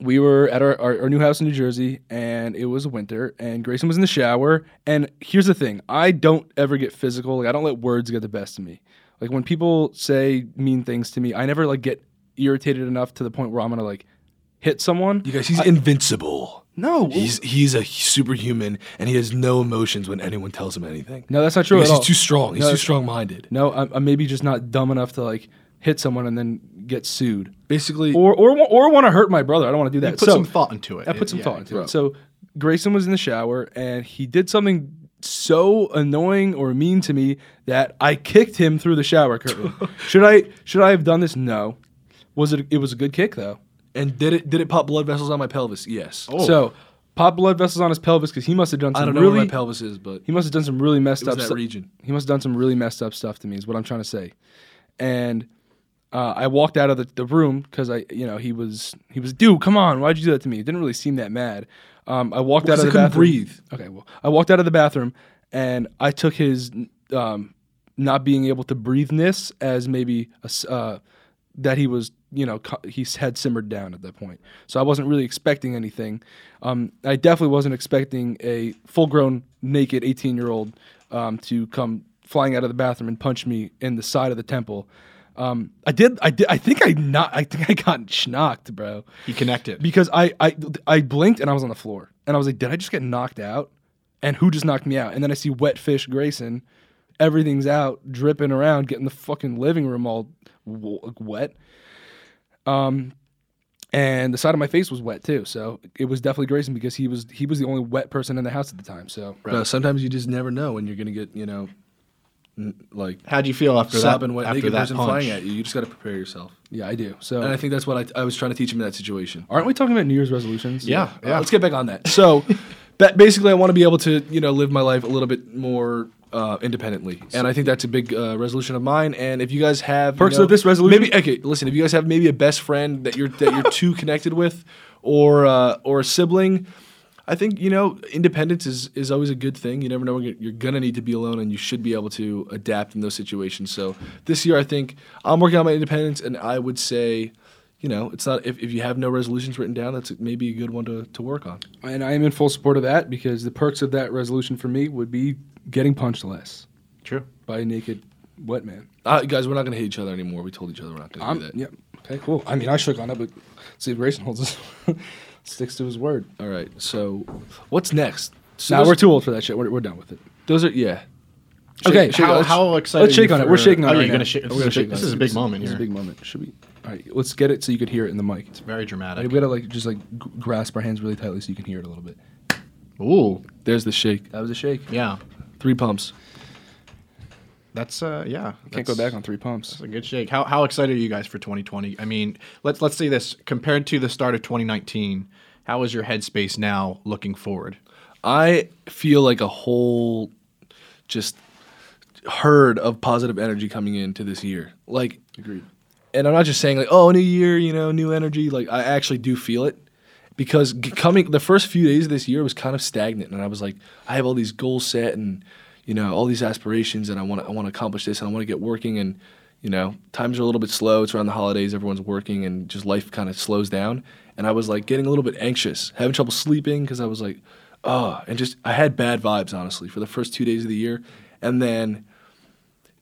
C: we were at our, our, our new house in New Jersey and it was winter and Grayson was in the shower. And here's the thing I don't ever get physical. Like, I don't let words get the best of me. Like, when people say mean things to me, I never like get irritated enough to the point where I'm going to like hit someone.
B: You guys, he's invincible.
C: No,
B: He's he's a superhuman, and he has no emotions when anyone tells him anything.
C: no, that's not true
B: because
C: at all.
B: he's too strong. He's
C: No.
B: too strong-minded.
C: No, I'm, I'm maybe just not dumb enough to like hit someone and then get sued.
B: Basically,
C: Or, or, wa- or want to hurt my brother. I don't want to do that.
D: Put some thought into it.
C: I put some
D: Yeah.
C: thought into it. So Grayson was in the shower and he did something so annoying or mean to me that I kicked him through the shower curtain. should I should I have done this? No. Was it it was a good kick though.
B: and did it did it pop blood vessels on my pelvis? Yes.
D: Oh.
C: So pop blood vessels on his pelvis because he must have done some
B: I don't know
C: really
B: where my pelvis is, but
C: he must have done some really messed
B: it was
C: up
B: that
C: stuff.
B: region.
C: He must have done some really messed up stuff to me. Is what I'm trying to say. And uh, I walked out of the, the room because I, you know, he was he was, dude, come on, why'd you do that to me? It didn't really seem that mad. Um, I walked out
B: Because I
C: of the
B: couldn't
C: bathroom.
B: breathe.
C: Okay, well, I walked out of the bathroom and I took his um, not being able to breatheness as maybe a s uh, that he was, you know, co- he had simmered down at that point. So I wasn't really expecting anything. Um, I definitely wasn't expecting a full-grown, naked 18-year-old um, to come flying out of the bathroom and punch me in the side of the temple. Um, I did. I did. I think I not. I think I got schnocked, bro
D: He connected.
C: because I, I I blinked and I was on the floor and I was like, did I just get knocked out? And who just knocked me out? And then I see wet fish Grayson, everything's out dripping around, getting the fucking living room all w- wet. Um, and the side of my face was wet too, so it was definitely Grayson because he was he was the only wet person in the house at the time. So
B: No, sometimes you just never know when you're gonna get, you know, n- like
D: How'd you feel after that?
B: sobbing wet
D: after
B: naked
D: that
B: person
D: punch?
B: flying at you. You just gotta prepare yourself.
C: yeah, I do. So
B: And I think that's what I, I was trying to teach him in that situation.
C: aren't we talking about New Year's resolutions?
D: Yeah,
B: Uh,
D: yeah.
B: let's get back on that. So, that basically, I want to be able to, you know, live my life a little bit more. Uh, independently, and I think that's a big uh, resolution of mine. And if you guys have you
C: Perks
B: know,
C: of this resolution?
B: maybe okay. Listen, if you guys have maybe a best friend that you're that you're too connected with, or uh, or a sibling, I think you know independence is is always a good thing. You never know when you're, you're gonna need to be alone, and you should be able to adapt in those situations. So this year, I think I'm working on my independence, and I would say, you know, it's not if, if you have no resolutions written down, that's maybe a good one to, to work on.
C: and I am in full support of that because the perks of that resolution for me would be getting punched less
D: True.
C: by a naked wet man.
B: Uh, guys, we're not gonna hate each other anymore. We told each other we're not gonna
C: I'm,
B: do that.
C: yeah. Okay, cool. I mean, I shook on it, but see if Grayson holds his, sticks to his word.
B: All right. So what's next? So
C: Now
B: those-
C: we're too old for that shit. We're, we're done with it.
B: Those are yeah.
C: Okay,
B: Shake- shake-
D: How,
B: let's-
D: how excited?
C: Let's
D: are
C: shake
D: you
C: on it.
D: for-
C: We're shaking on
D: oh,
C: it.
D: you're
C: right
D: gonna
C: now.
D: shake. This,
C: We're
D: is,
C: gonna
D: a
C: shake
D: big,
C: on
D: this
C: it.
D: is a big moment
C: This
D: here.
C: is a big moment. Should we? All right, let's get it so you could hear it in the mic.
D: Very
C: All right,
D: dramatic.
C: we gotta like just like g- grasp our hands really tightly so you can hear it a little bit.
D: Ooh.
B: There's the shake. Uh,
C: That was a shake.
D: Yeah.
B: Three pumps.
D: That's uh yeah.
C: Can't
D: that's-
C: go back on three pumps.
D: That's a good shake. How how excited are you guys for 2020? I mean, let's let's say this compared to the start of 2019. How is your headspace now looking forward?
B: I feel like a whole just herd of positive energy coming into this year. Like agreed. And I'm not just saying like, oh, new year, you know, new energy. Like I actually do feel it because g- coming the first few days of this year was kind of stagnant, and I was like, I have all these goals set and. you know, all these aspirations and I want to, I want to accomplish this and I want to get working and you know, times are a little bit slow. It's around the holidays, everyone's working and just life kind of slows down. And I was like getting a little bit anxious, having trouble sleeping because I was like, oh, and just I had bad vibes honestly for the first two days of the year. And then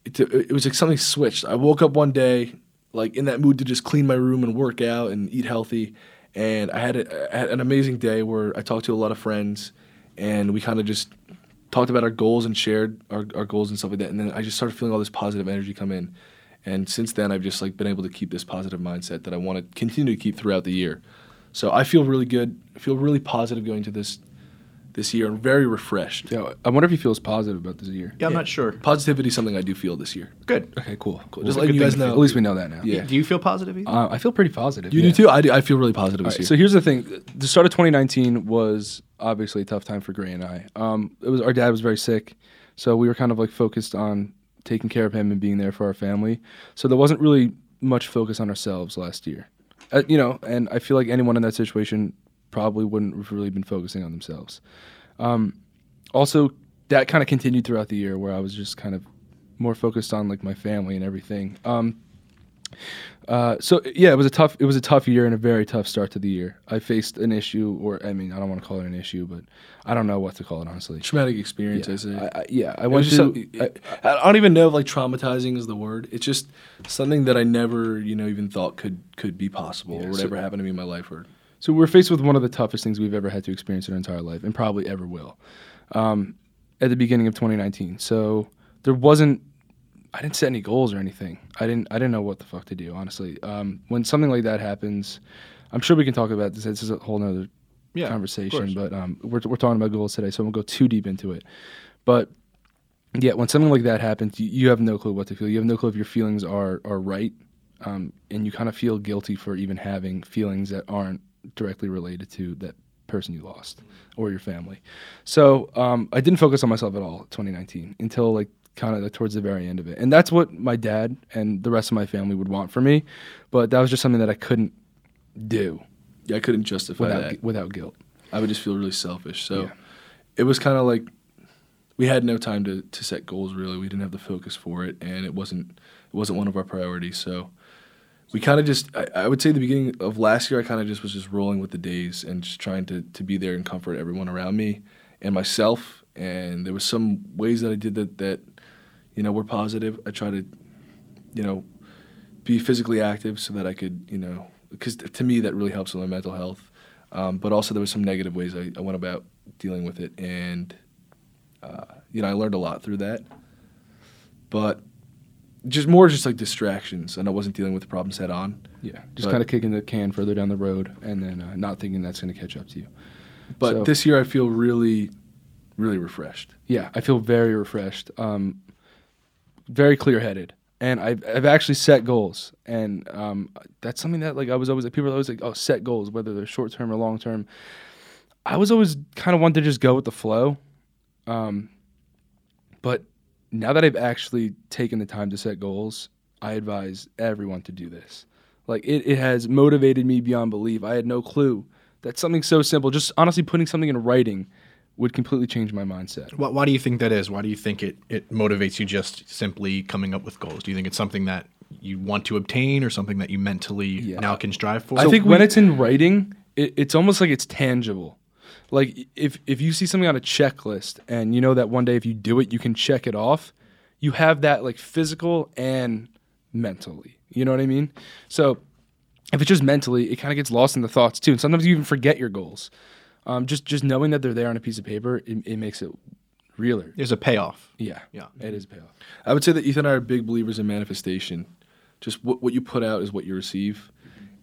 B: it, it was like something switched. I woke up one day like in that mood to just clean my room and work out and eat healthy. And I had, a, I had an amazing day where I talked to a lot of friends and we kind of just talked about our goals and shared our, our goals and stuff like that. And then I just started feeling all this positive energy come in. And since then, I've just like been able to keep this positive mindset that I want to continue to keep throughout the year. So I feel really good. I feel really positive going to this this year and very refreshed.
C: Yeah, I wonder if he feels positive about this year.
D: Yeah, I'm not sure.
B: Positivity is something I do feel this year.
D: Good.
C: Okay, cool. cool.
B: Just letting you guys know.
C: At least we know that now.
B: Yeah.
D: Do you feel positive? Ethan?
C: Uh, I feel pretty positive.
B: You
C: yeah.
B: do too. I, do, I feel really positive
C: All
B: this
C: right,
B: year.
C: so here's the thing: the start of 2019 was obviously a tough time for Gray and I. Um, it was our dad was very sick, so we were kind of like focused on taking care of him and being there for our family. So there wasn't really much focus on ourselves last year, uh, you know. And I feel like anyone in that situation probably wouldn't have really been focusing on themselves. Um, also, that kind of continued throughout the year, where I was just kind of more focused on like my family and everything. Um, uh, so yeah, it was a tough it was a tough year and a very tough start to the year. I faced an issue, or I mean, I don't want to call it an issue, but I don't know what to call it honestly.
B: Traumatic experience, I say.
C: I, I, yeah, I
B: It was
C: went
B: just
C: through.
B: some- I, I don't even know if like traumatizing is the word. It's just something that I never, you know, even thought could could be possible or
C: Yeah, so-
B: whatever happened to me in my life. Or
C: So we're faced with one of the toughest things we've ever had to experience in our entire life, and probably ever will, um, at the beginning of 2019. So there wasn't, I didn't set any goals or anything. I didn't, I didn't know what the fuck to do, honestly. Um, when something like that happens, I'm sure we can talk about this. This is a whole nother
D: Yeah, of
C: conversation,
D: course.
C: but um, we're we're talking about goals today, so I won't go too deep into it. But yeah, when something like that happens, you, you have no clue what to feel. You have no clue if your feelings are are right, um, and you kind of feel guilty for even having feelings that aren't directly related to that person you lost
B: Mm-hmm.
C: or your family. So um, I didn't focus on myself at all 2019 until like kind of like towards the very end of it, and that's what my dad and the rest of my family would want for me, but that was just something that I couldn't do
B: yeah, I couldn't justify
C: without
B: that.
C: gu- without guilt.
B: I would just feel really selfish. So
C: Yeah.
B: it was kind of like we had no time to, to set goals really. We didn't have the focus for it, and it wasn't it wasn't one of our priorities. So we kind of just I, I would say the beginning of last year I kind of just was just rolling with the days and just trying to to be there and comfort everyone around me and myself. And there was some ways that I did that that you know were positive. I tried to you know be physically active so that I could, you know, because to me that really helps with my mental health. Um, but also there was some negative ways I, I went about dealing with it, and uh, you know I learned a lot through that. But just more just like distractions, and I wasn't dealing with the problems head on.
C: Yeah, just
B: But-
C: kind of kicking the can further down the road, and then uh, not thinking that's going to catch up to you.
B: But
C: So-
B: this year I feel really, really refreshed.
C: Yeah, I feel very refreshed, um, very clear-headed, and I've I've actually set goals, and um, that's something that like I was always people are always like, oh, set goals, whether they're short-term or long-term. I was always kind of one to just go with the flow, um, but now that I've actually taken the time to set goals, I advise everyone to do this. Like it, it has motivated me beyond belief. I had no clue that something so simple, just honestly putting something in writing, would completely change my mindset.
D: Why, why do you think that is? Why do you think it, it motivates you just simply coming up with goals? Do you think it's something that you want to obtain or something that you mentally now can strive for?
C: I think when it's in writing, it, it's almost like it's tangible. Like if if you see something on a checklist and you know that one day if you do it, you can check it off. You have that like physical and mentally. You know what I mean? So if it's just mentally, it kind of gets lost in the thoughts too. And sometimes you even forget your goals. Um, just just knowing that they're there on a piece of paper, it, it makes it realer.
D: there's a payoff.
C: Yeah,
D: Yeah.
C: it is payoff.
B: I would say that Ethan and I are big believers in manifestation. Just what, what you put out is what you receive,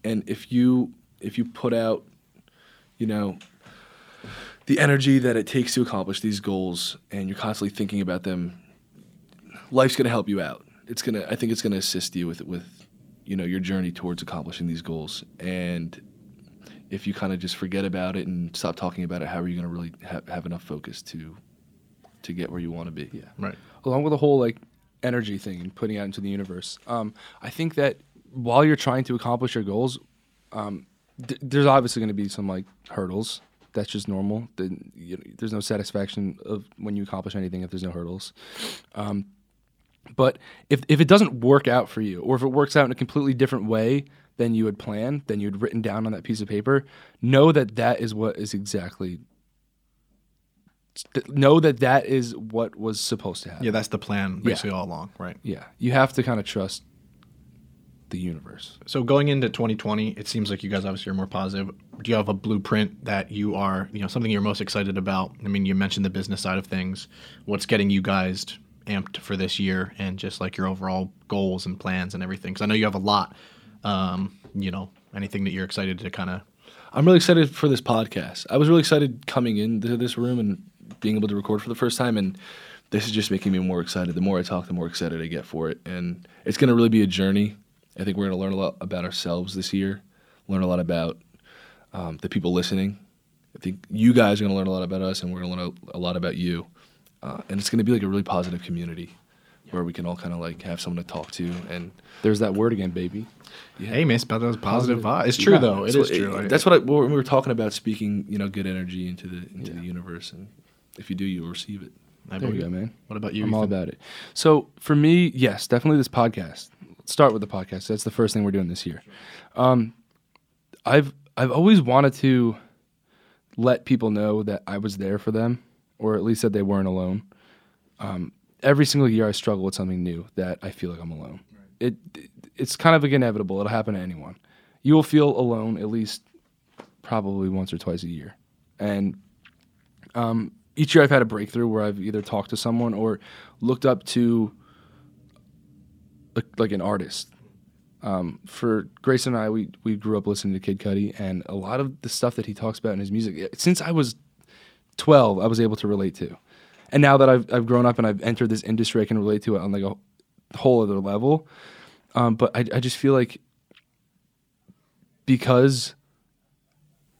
B: and if you if you put out, you know, the energy that it takes to accomplish these goals, and you're constantly thinking about them, life's gonna help you out. It's gonna I think it's gonna assist you with with you know your journey towards accomplishing these goals. And if you kind of just forget about it and stop talking about it, how are you gonna really ha- have enough focus to to get where you want to be? Yeah.
D: Right.
C: along with the whole like energy thing and putting out into the universe. Um, I think that while you're trying to accomplish your goals, um, d- there's obviously going to be some like hurdles That's just normal. Then you, there's no satisfaction of when you accomplish anything if there's no hurdles. Um, But if, if it doesn't work out for you, or if it works out in a completely different way than you had planned, than you had written down on that piece of paper, know that that is what is exactly. th- Know that that is what was supposed to happen.
D: Yeah, that's the plan basically all along, right?
C: Yeah. You have to kind of trust the universe.
D: So going into 2020, it seems like you guys obviously are more positive. Do you have a blueprint that you are, you know, something you're most excited about? I mean, you mentioned the business side of things. What's getting you guys amped for this year, and just like your overall goals and plans and everything? Because I know you have a lot. Um, you know, anything that you're excited to kind of
B: I'm really excited for this podcast. I was really excited coming into this room and being able to record for the first time, and this is just making me more excited. The more I talk, the more excited I get for it, and it's going to really be a journey. I think we're going to learn a lot about ourselves this year, learn a lot about um, the people listening. I think you guys are going to learn a lot about us, and we're going to learn a, a lot about you. Uh, and it's going to be like a really positive community where we can all kind of like have someone to talk to and
C: There's that word again, baby.
D: Hey, man, it's about those positive vibes. It's true,
B: Yeah,
D: though. It
B: so
D: is true.
B: that's what I, when we were talking about speaking, you know, good energy into the into the universe, and if you do, you'll receive it.
D: I
C: There you
D: believe.
C: go, man.
D: What about you?
C: I'm all
D: Ethan?
C: about it. So for me, yes, definitely this podcast. Let's start with the podcast. That's the first thing we're doing this year. Um, I've I've always wanted to let people know that I was there for them, or at least that they weren't alone. Um, every single year, I struggle with something new that I feel like I'm alone. It, it it's kind of like inevitable. It'll happen to anyone. You will feel alone at least probably once or twice a year, and each year I've had a breakthrough where I've either talked to someone or looked up to like, like an artist. Um, for Grace and I, we we grew up listening to Kid Cudi, and a lot of the stuff that he talks about in his music, eh, since I was twelve, I was able to relate to, and now that I've I've grown up and I've entered this industry, I can relate to it on like a whole other level. Um, but I I just feel like because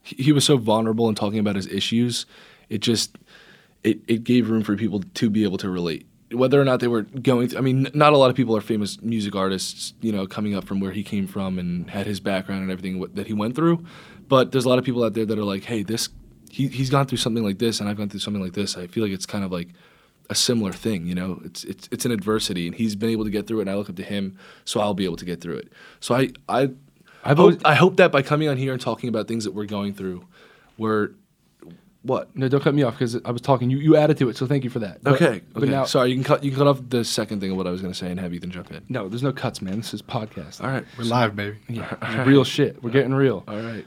B: He, he was so vulnerable in talking about his issues. It just it it gave room for people to be able to relate, whether or not they were going. Through, I mean, n- not a lot of people are famous music artists, you know, coming up from where he came from and had his background and everything wh- that he went through. But there's a lot of people out there that are like, hey, this he he's gone through something like this, and I've gone through something like this. I feel like it's kind of like a similar thing. You know, it's it's it's an adversity, and he's been able to get through it, and I look up to him, so I'll be able to get through it. So I I i hope,
C: always-
B: I hope that by coming on here and talking about things that we're going through, we're what
C: no, don't cut me off because I was talking. You you added to it, so thank you for that. But-
B: Okay.
C: but
B: okay.
C: now-
B: Sorry, you can cut you can cut off the second thing of what I was going to say and have Ethan jump in.
C: no, there's no cuts, man. This is podcast.
B: All right.
D: We're live, baby.
C: Yeah, this is real shit. We're getting real.
B: All right.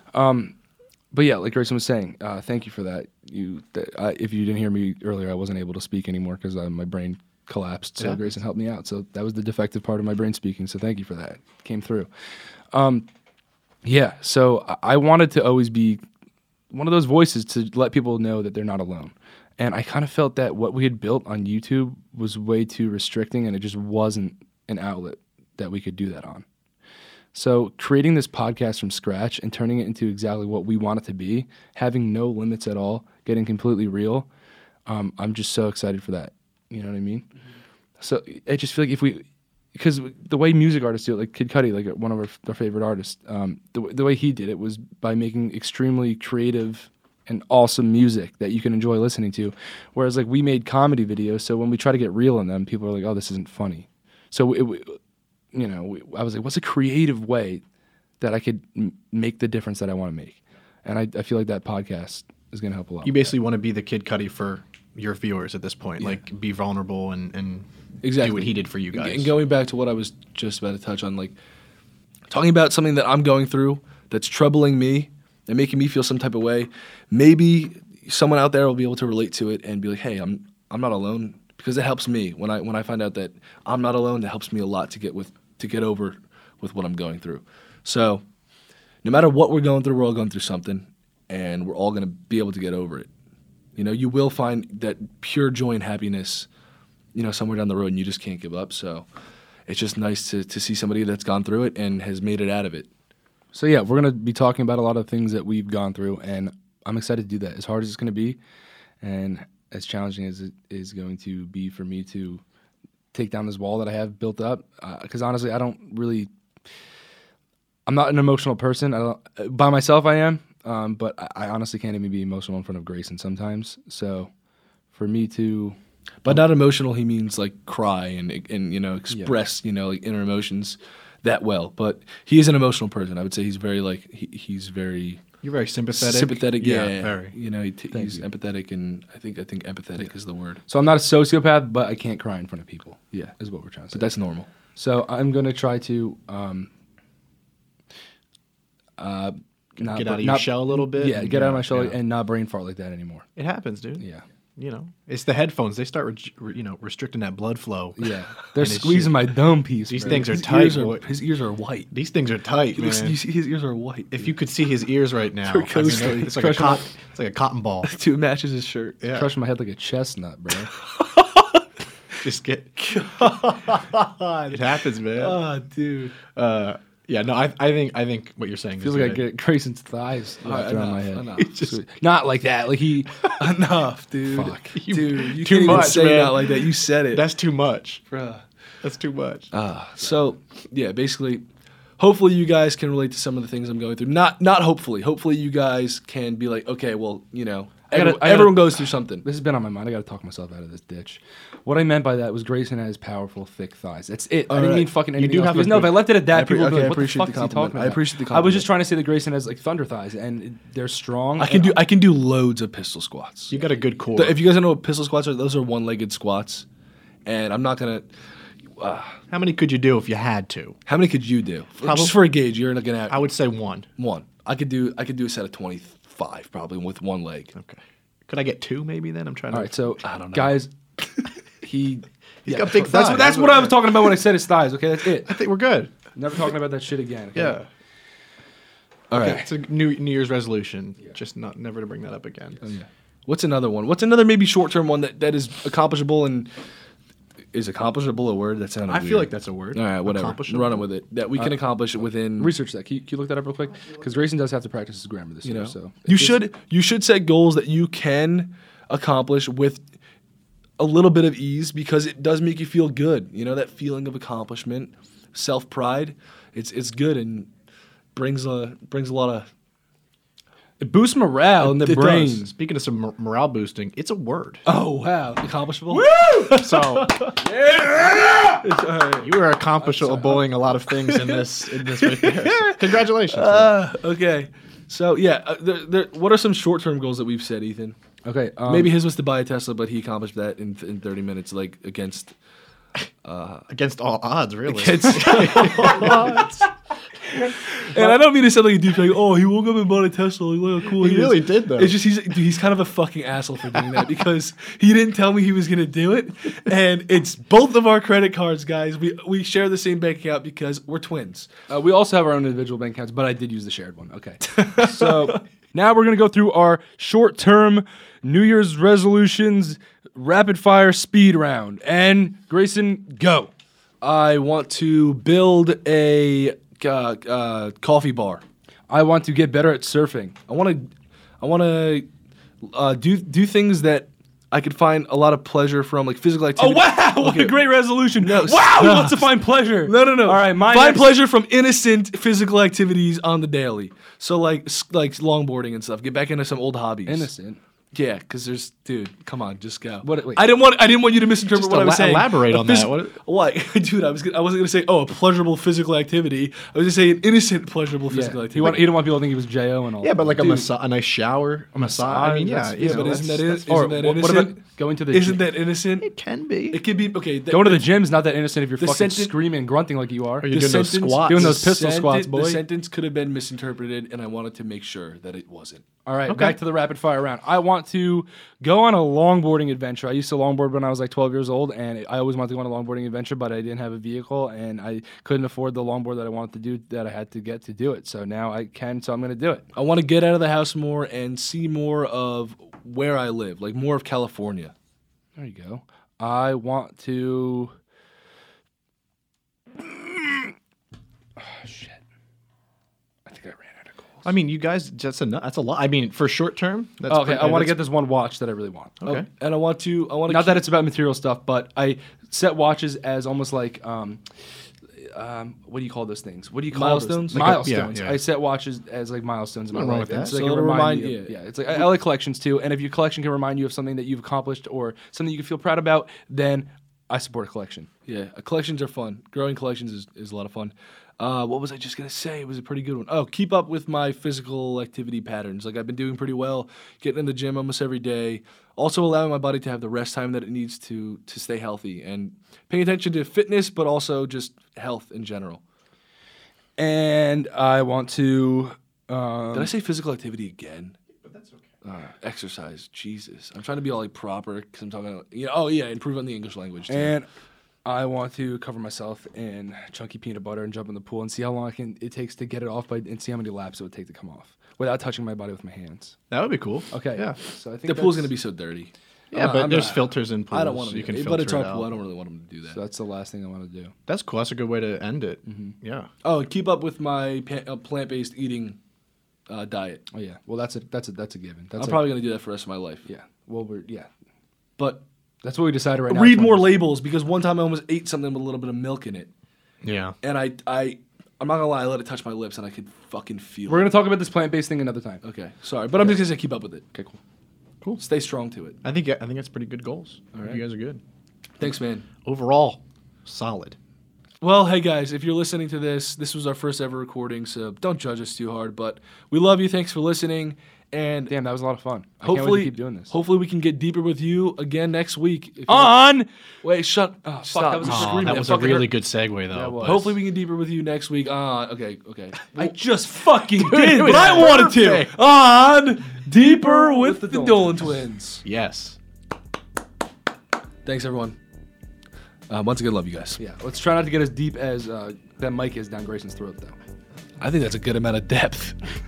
C: But yeah, like Grayson was saying, uh, thank you for that. You, th- I, if you didn't hear me earlier, I wasn't able to speak anymore because uh, my brain collapsed. So
D: Yeah.
C: Grayson helped me out. So that was the defective part of my brain speaking. So thank you for that. Came through. Um, yeah. So I- I wanted to always be one of those voices to let people know that they're not alone. And I kind of felt that what we had built on YouTube was way too restricting, and it just wasn't an outlet that we could do that on. So creating this podcast from scratch and turning it into exactly what we want it to be, having no limits at all, getting completely real, um, I'm just so excited for that. You know what I mean? So I just feel like if we, because the way music artists do it, like Kid Cudi, like uh, one of our, our favorite artists, um, the, w- the way he did it was by making extremely creative and awesome music that you can enjoy listening to. Whereas like we made comedy videos, so when we try to get real in them, people are like, "Oh, this isn't funny." So it, w- you know, we, I was like, "What's a creative way that I could m- make the difference that I want to make?" And I, I feel like that podcast is going to help a lot.
D: You basically want to be the Kid Cudi for your viewers at this point. Like, be vulnerable and and do
B: Exactly.
D: what he did for you
B: And-
D: guys.
B: And going back to what I was just about to touch on, like talking about something that I'm going through that's troubling me and making me feel some type of way, maybe someone out there will be able to relate to it and be like, hey, I'm I'm not alone because it helps me when I when I find out that I'm not alone. That helps me a lot to get with to get over with what I'm going through. So no matter what we're going through, we're all going through something, and we're all going to be able to get over it. You know, you will find that pure joy and happiness, you know, somewhere down the road, and you just can't give up. So it's just nice to, to see somebody that's gone through it and has made it out of it.
C: So yeah, we're gonna be talking about a lot of things that we've gone through, and I'm excited to do that. As hard as it's gonna be, and as challenging as it is going to be for me to take down this wall that I have built up, because honestly, I don't really. I'm not an emotional person. I don't, uh, by myself, I am, Um, but I, I honestly can't even be emotional in front of Grayson sometimes. So for me to
B: But not emotional. He means like cry and and you know express you know like inner emotions that well. But he is an emotional person. I would say he's very like he, he's very
D: You're very sympathetic.
B: sympathetic. Yeah,
D: very.
B: You know, he t- he's empathetic, and I think I think empathetic is the word.
C: so I'm not a sociopath, but I can't cry in front of people.
B: Yeah.
C: is what we're trying to say.
B: But that's normal.
C: So I'm gonna try to um, uh, not
D: Get
C: bra-
D: out of your
C: not-
D: shell a little bit.
C: Yeah,
D: and,
C: get out of
D: yeah,
C: my shell
D: yeah.
C: and not brain fart like that anymore.
D: It happens, dude.
C: Yeah,
D: You know, it's the headphones. They start, reg- re- you know, restricting that blood flow.
C: yeah. They're
D: And it's
C: squeezing my dome piece.
D: These
C: bro.
D: things are
B: his
D: tight,
B: Ears are,
D: boy.
B: his ears are white.
D: These things are tight,
B: He looks,
D: man.
B: you see, his ears are white.
D: if you could see his ears right now,
B: They're
D: I mean,
B: ghostly. It's
D: it's, like a
B: crushing
D: cotton, it's like a cotton ball.
B: Dude, it matches his shirt.
D: Yeah.
C: crushing my head like a chestnut, bro.
D: Just get. it happens, man.
B: Ah, dude.
D: Uh, yeah, no, I, I think I think what you're saying
C: Feels
D: is
C: like I
D: good.
C: get Grayson's thighs wrapped around my head.
B: enough.
C: Sweet. Not like that. Like he.
B: enough, dude.
C: Fuck.
B: You, dude, you
D: Too
B: can't
D: much,
B: even say
D: man.
B: that like that. You said it.
D: That's too much.
B: bruh.
D: That's too much.
C: Uh.
B: Ah, so yeah, basically, hopefully you guys can relate to some of the things I'm going through. Not not hopefully. Hopefully you guys can be like, okay, well, you know,
C: I gotta-
B: everyone,
C: I gotta-
B: everyone goes through something.
C: This has been on my mind. I got to talk myself out of this ditch. What I meant by that was Grayson has powerful, thick thighs. That's it. I didn't
B: Alright.
C: mean fucking anything
D: do
C: else.
D: have a
C: because no, if
D: good-
C: I left it at
B: I
C: that,
B: appre-
C: people would be
B: okay, I
C: like, "What the
B: appreciate
C: fuck
B: the
C: is he
B: compliment.
C: talking
B: I
C: about?"
B: appreciate the
C: I was
B: compliment.
C: just trying to say that Grayson has like thunder thighs, and it- they're strong.
B: I can
C: and-
B: do I can do loads of pistol squats.
D: You got a good core.
B: Th- if you guys don't know what pistol squats are, those are one-legged squats. And I'm not gonna.
D: How many could you do if you had to?
B: How many could you do? For-
D: Probably-
B: just for a gauge, you're not gonna.
D: I would say one.
B: one. I could do. I could do a set of twenty-five probably with one leg.
D: Okay. Could I get two maybe then? I'm trying to.
C: All right, so
B: I don't know.
C: guys, he.
D: He's got big
C: That's,
D: thighs.
C: that's what I was talking about when I said his thighs. Okay, that's it.
D: I think we're good.
C: Never talking about that shit again. okay?
D: Yeah.
B: All right.
D: It's a new New Year's resolution. Just not never to bring that up again.
B: What's another one? What's another maybe short term one that, that is accomplishable and is accomplishable a word that sounded
D: I feel
B: weird.
D: like that's a word.
B: all right, whatever.
D: Accomplishable. Uh,
B: Running with it that we can accomplish it within.
C: Research that. Can you, can you look that up real quick? Because Grayson does have to practice his grammar this
B: you
C: year.
B: know,
C: So
B: you should you should set goals that you can accomplish with a little bit of ease because it does make you feel good. You know that feeling of accomplishment, self pride. It's it's good and brings a brings a lot of
C: It boosts morale in the
B: It does.
C: brain.
D: Speaking of some mor- morale boosting, it's a word.
B: oh wow accomplishable.
D: So you are accomplishing a lot of things in this in this right there. So, congratulations.
B: Uh, okay. So yeah, uh, there, there, what are some short-term goals that we've set, Ethan?
C: Okay, um,
B: Maybe his was to buy a Tesla, but he accomplished that in, in 30 minutes, like against.
D: Against all odds, really.
B: and I don't mean to sound like a douche, like oh, he woke up and bought a Tesla, like look how cool.
D: He
B: is."
D: really did, though.
B: It's just he's dude, he's kind of a fucking asshole for doing that because he didn't tell me he was gonna do it, and it's both of our credit cards, guys. We we share the same bank account because we're twins.
C: Uh, we also have our own individual bank accounts, but I did use the shared one. Okay. so now we're going to go through our short term New Year's resolutions rapid fire speed round. And Grayson, go.
B: I want to build a uh, uh, coffee bar.
C: I want to get better at surfing.
B: I want to, I want to uh, do do things that I could find a lot of pleasure from, like physical
C: Oh,
B: activity. Okay.
C: resolution.
B: No,
C: wow, he
B: stop.
C: wants to find pleasure.
B: No, no, no.
C: All right, my
B: find
C: next-
B: pleasure from innocent physical activities on the daily. So like s- like longboarding and stuff. Get back into some old hobbies.
C: Innocent.
B: Yeah, because there's dude. Come on, just go.
C: What- wait.
B: I didn't want I didn't want you to misinterpret
D: Just
B: what I was
D: ela-
B: saying.
D: elaborate on that. What-
B: What? dude, I was gonna- I wasn't gonna say oh a pleasurable physical activity. I was gonna say an innocent pleasurable
C: Yeah.
B: physical activity.
C: He, want, he didn't want people to think he was J.O. and all
D: yeah, but like a,
C: Dude,
D: massa- a nice shower, a massage. I mean, yeah,
B: that's-
D: you
B: yeah,
D: know,
B: but isn't that,
D: that's- that's-
B: isn't
C: or
B: that
C: what- what
B: innocent?
C: about going to the
B: Isn't
C: gym?
B: that innocent?
D: It can be.
B: It could be okay. That,
C: Going to the gym's not that innocent if you're
B: The
C: fucking
B: sentence-
C: screaming and grunting like you are.
D: you doing those squats?
C: Doing those pistol
B: senten-
C: squats, boy.
B: The sentence could have been misinterpreted, and I wanted to make sure that it wasn't.
C: All right, back to the rapid fire round. I want to go on a longboarding adventure. I used to longboard when I was like 12 years old, and I always wanted to go on a longboarding adventure, but I didn't have a vehicle, and I couldn't afford the longboard that I wanted to do that I had to get to do it. So now I can, so I'm going to do it.
B: I want to get out of the house more and see more of where I live, like more of California.
C: There you go. I want to. Ah, shit. I think I ran out of goals.
D: I mean, you guys, that's a that's a lot. I mean, for short term, that's
C: Oh, okay, I want to get this one watch that I really want.
B: Oh,
D: Okay.
B: and I want to. I want to.
C: Not that it's about material stuff, but I set watches as almost like um, um, what do you call those things? What do you call
B: Milestones?
C: Those?
B: Like
D: a-
C: milestones.
D: yeah, yeah.
C: I set watches as like milestones in my
D: Nothing wrong
C: life.
D: with
C: and
D: that.
C: So they
B: So
C: can
B: it'll
C: remind,
B: remind-
C: you.
B: yeah.
C: Yeah. it's like I, I like collections too. And if your collection can remind you of something that you've accomplished or something you can feel proud about, then I support a collection.
B: Yeah, uh, collections are fun. Growing collections is, is a lot of fun. Uh, what was I just gonna say? It was a pretty good one. Oh, keep up with my physical activity patterns. Like I've been doing pretty well, getting in the gym almost every day. Also allowing my body to have the rest time that it needs to to stay healthy and paying attention to fitness, but also just health in general.
C: And I want to. Um,
B: Did I say physical activity again? But that's okay. Uh, exercise, Jesus. I'm trying to be all like proper because I'm talking. You know, oh yeah, improve on the English language. Too.
C: And I want to cover myself in chunky peanut butter and jump in the pool and see how long I can, it takes to get it off by, and see how many laps it would take to come off without touching my body with my hands.
D: That would be cool.
C: Okay.
D: Yeah.
C: So I think
B: the pool's
C: that's-
B: gonna be so dirty.
D: Yeah,
B: I'm
D: but
B: not-
D: there's filters in pools.
B: I don't want to.
D: you can
B: it,
D: filter
B: but it's
D: it
B: our
D: out.
B: pool. I don't really want them to do that.
C: So that's the last thing I want to do.
D: That's cool. That's a good way to end it. Yeah.
B: oh, keep up with my pa- uh, plant-based eating uh, diet.
C: Oh yeah. Well, that's a that's a that's a given. That's
B: I'm
C: a-
B: probably gonna do that for the rest of my life.
C: yeah. Well, we're yeah.
B: But
C: That's what we decided right now.
B: read more
C: 20.
B: labels because one time I almost ate something with a little bit of milk in it,
D: Yeah.
B: and I I I'm not gonna lie, I let it touch my lips, and I could fucking feel.
C: We're
B: it.
C: gonna talk about this plant based thing another time.
B: Okay, sorry, but I'm just gonna say keep up with it.
C: Okay. Cool.
B: Stay strong to it.
D: I think I think that's pretty good goals. You guys are good.
B: Thanks, man.
D: Overall, solid.
B: Well, hey guys, if you're listening to this, this was our first ever recording, so don't judge us too hard. But we love you. Thanks for listening, and
C: Damn, that was a lot of fun. I can't wait to
B: hopefully
C: keep doing this.
B: Hopefully, we can get deeper with you again next week. If you-
C: On.
B: Wait, shut. Oh, fuck,
C: Stop.
B: that was a
C: Aw,
B: scream.
D: that
B: That
D: was a
B: fucking
D: really
B: hurt.
D: good segue though.
C: was.
D: but-
B: Hopefully, we can deeper with you next week. Ah, okay, okay. I just fucking did
D: it
B: what
D: was
B: I wanted
D: perfect.
B: to. On deeper with, the, Dolan twins.
D: yes.
B: Thanks, everyone. Uh, once again, love you guys.
C: Yeah. Let's try not to get as deep as uh, that mic is down Grayson's throat though.
B: I think that's a good amount of depth.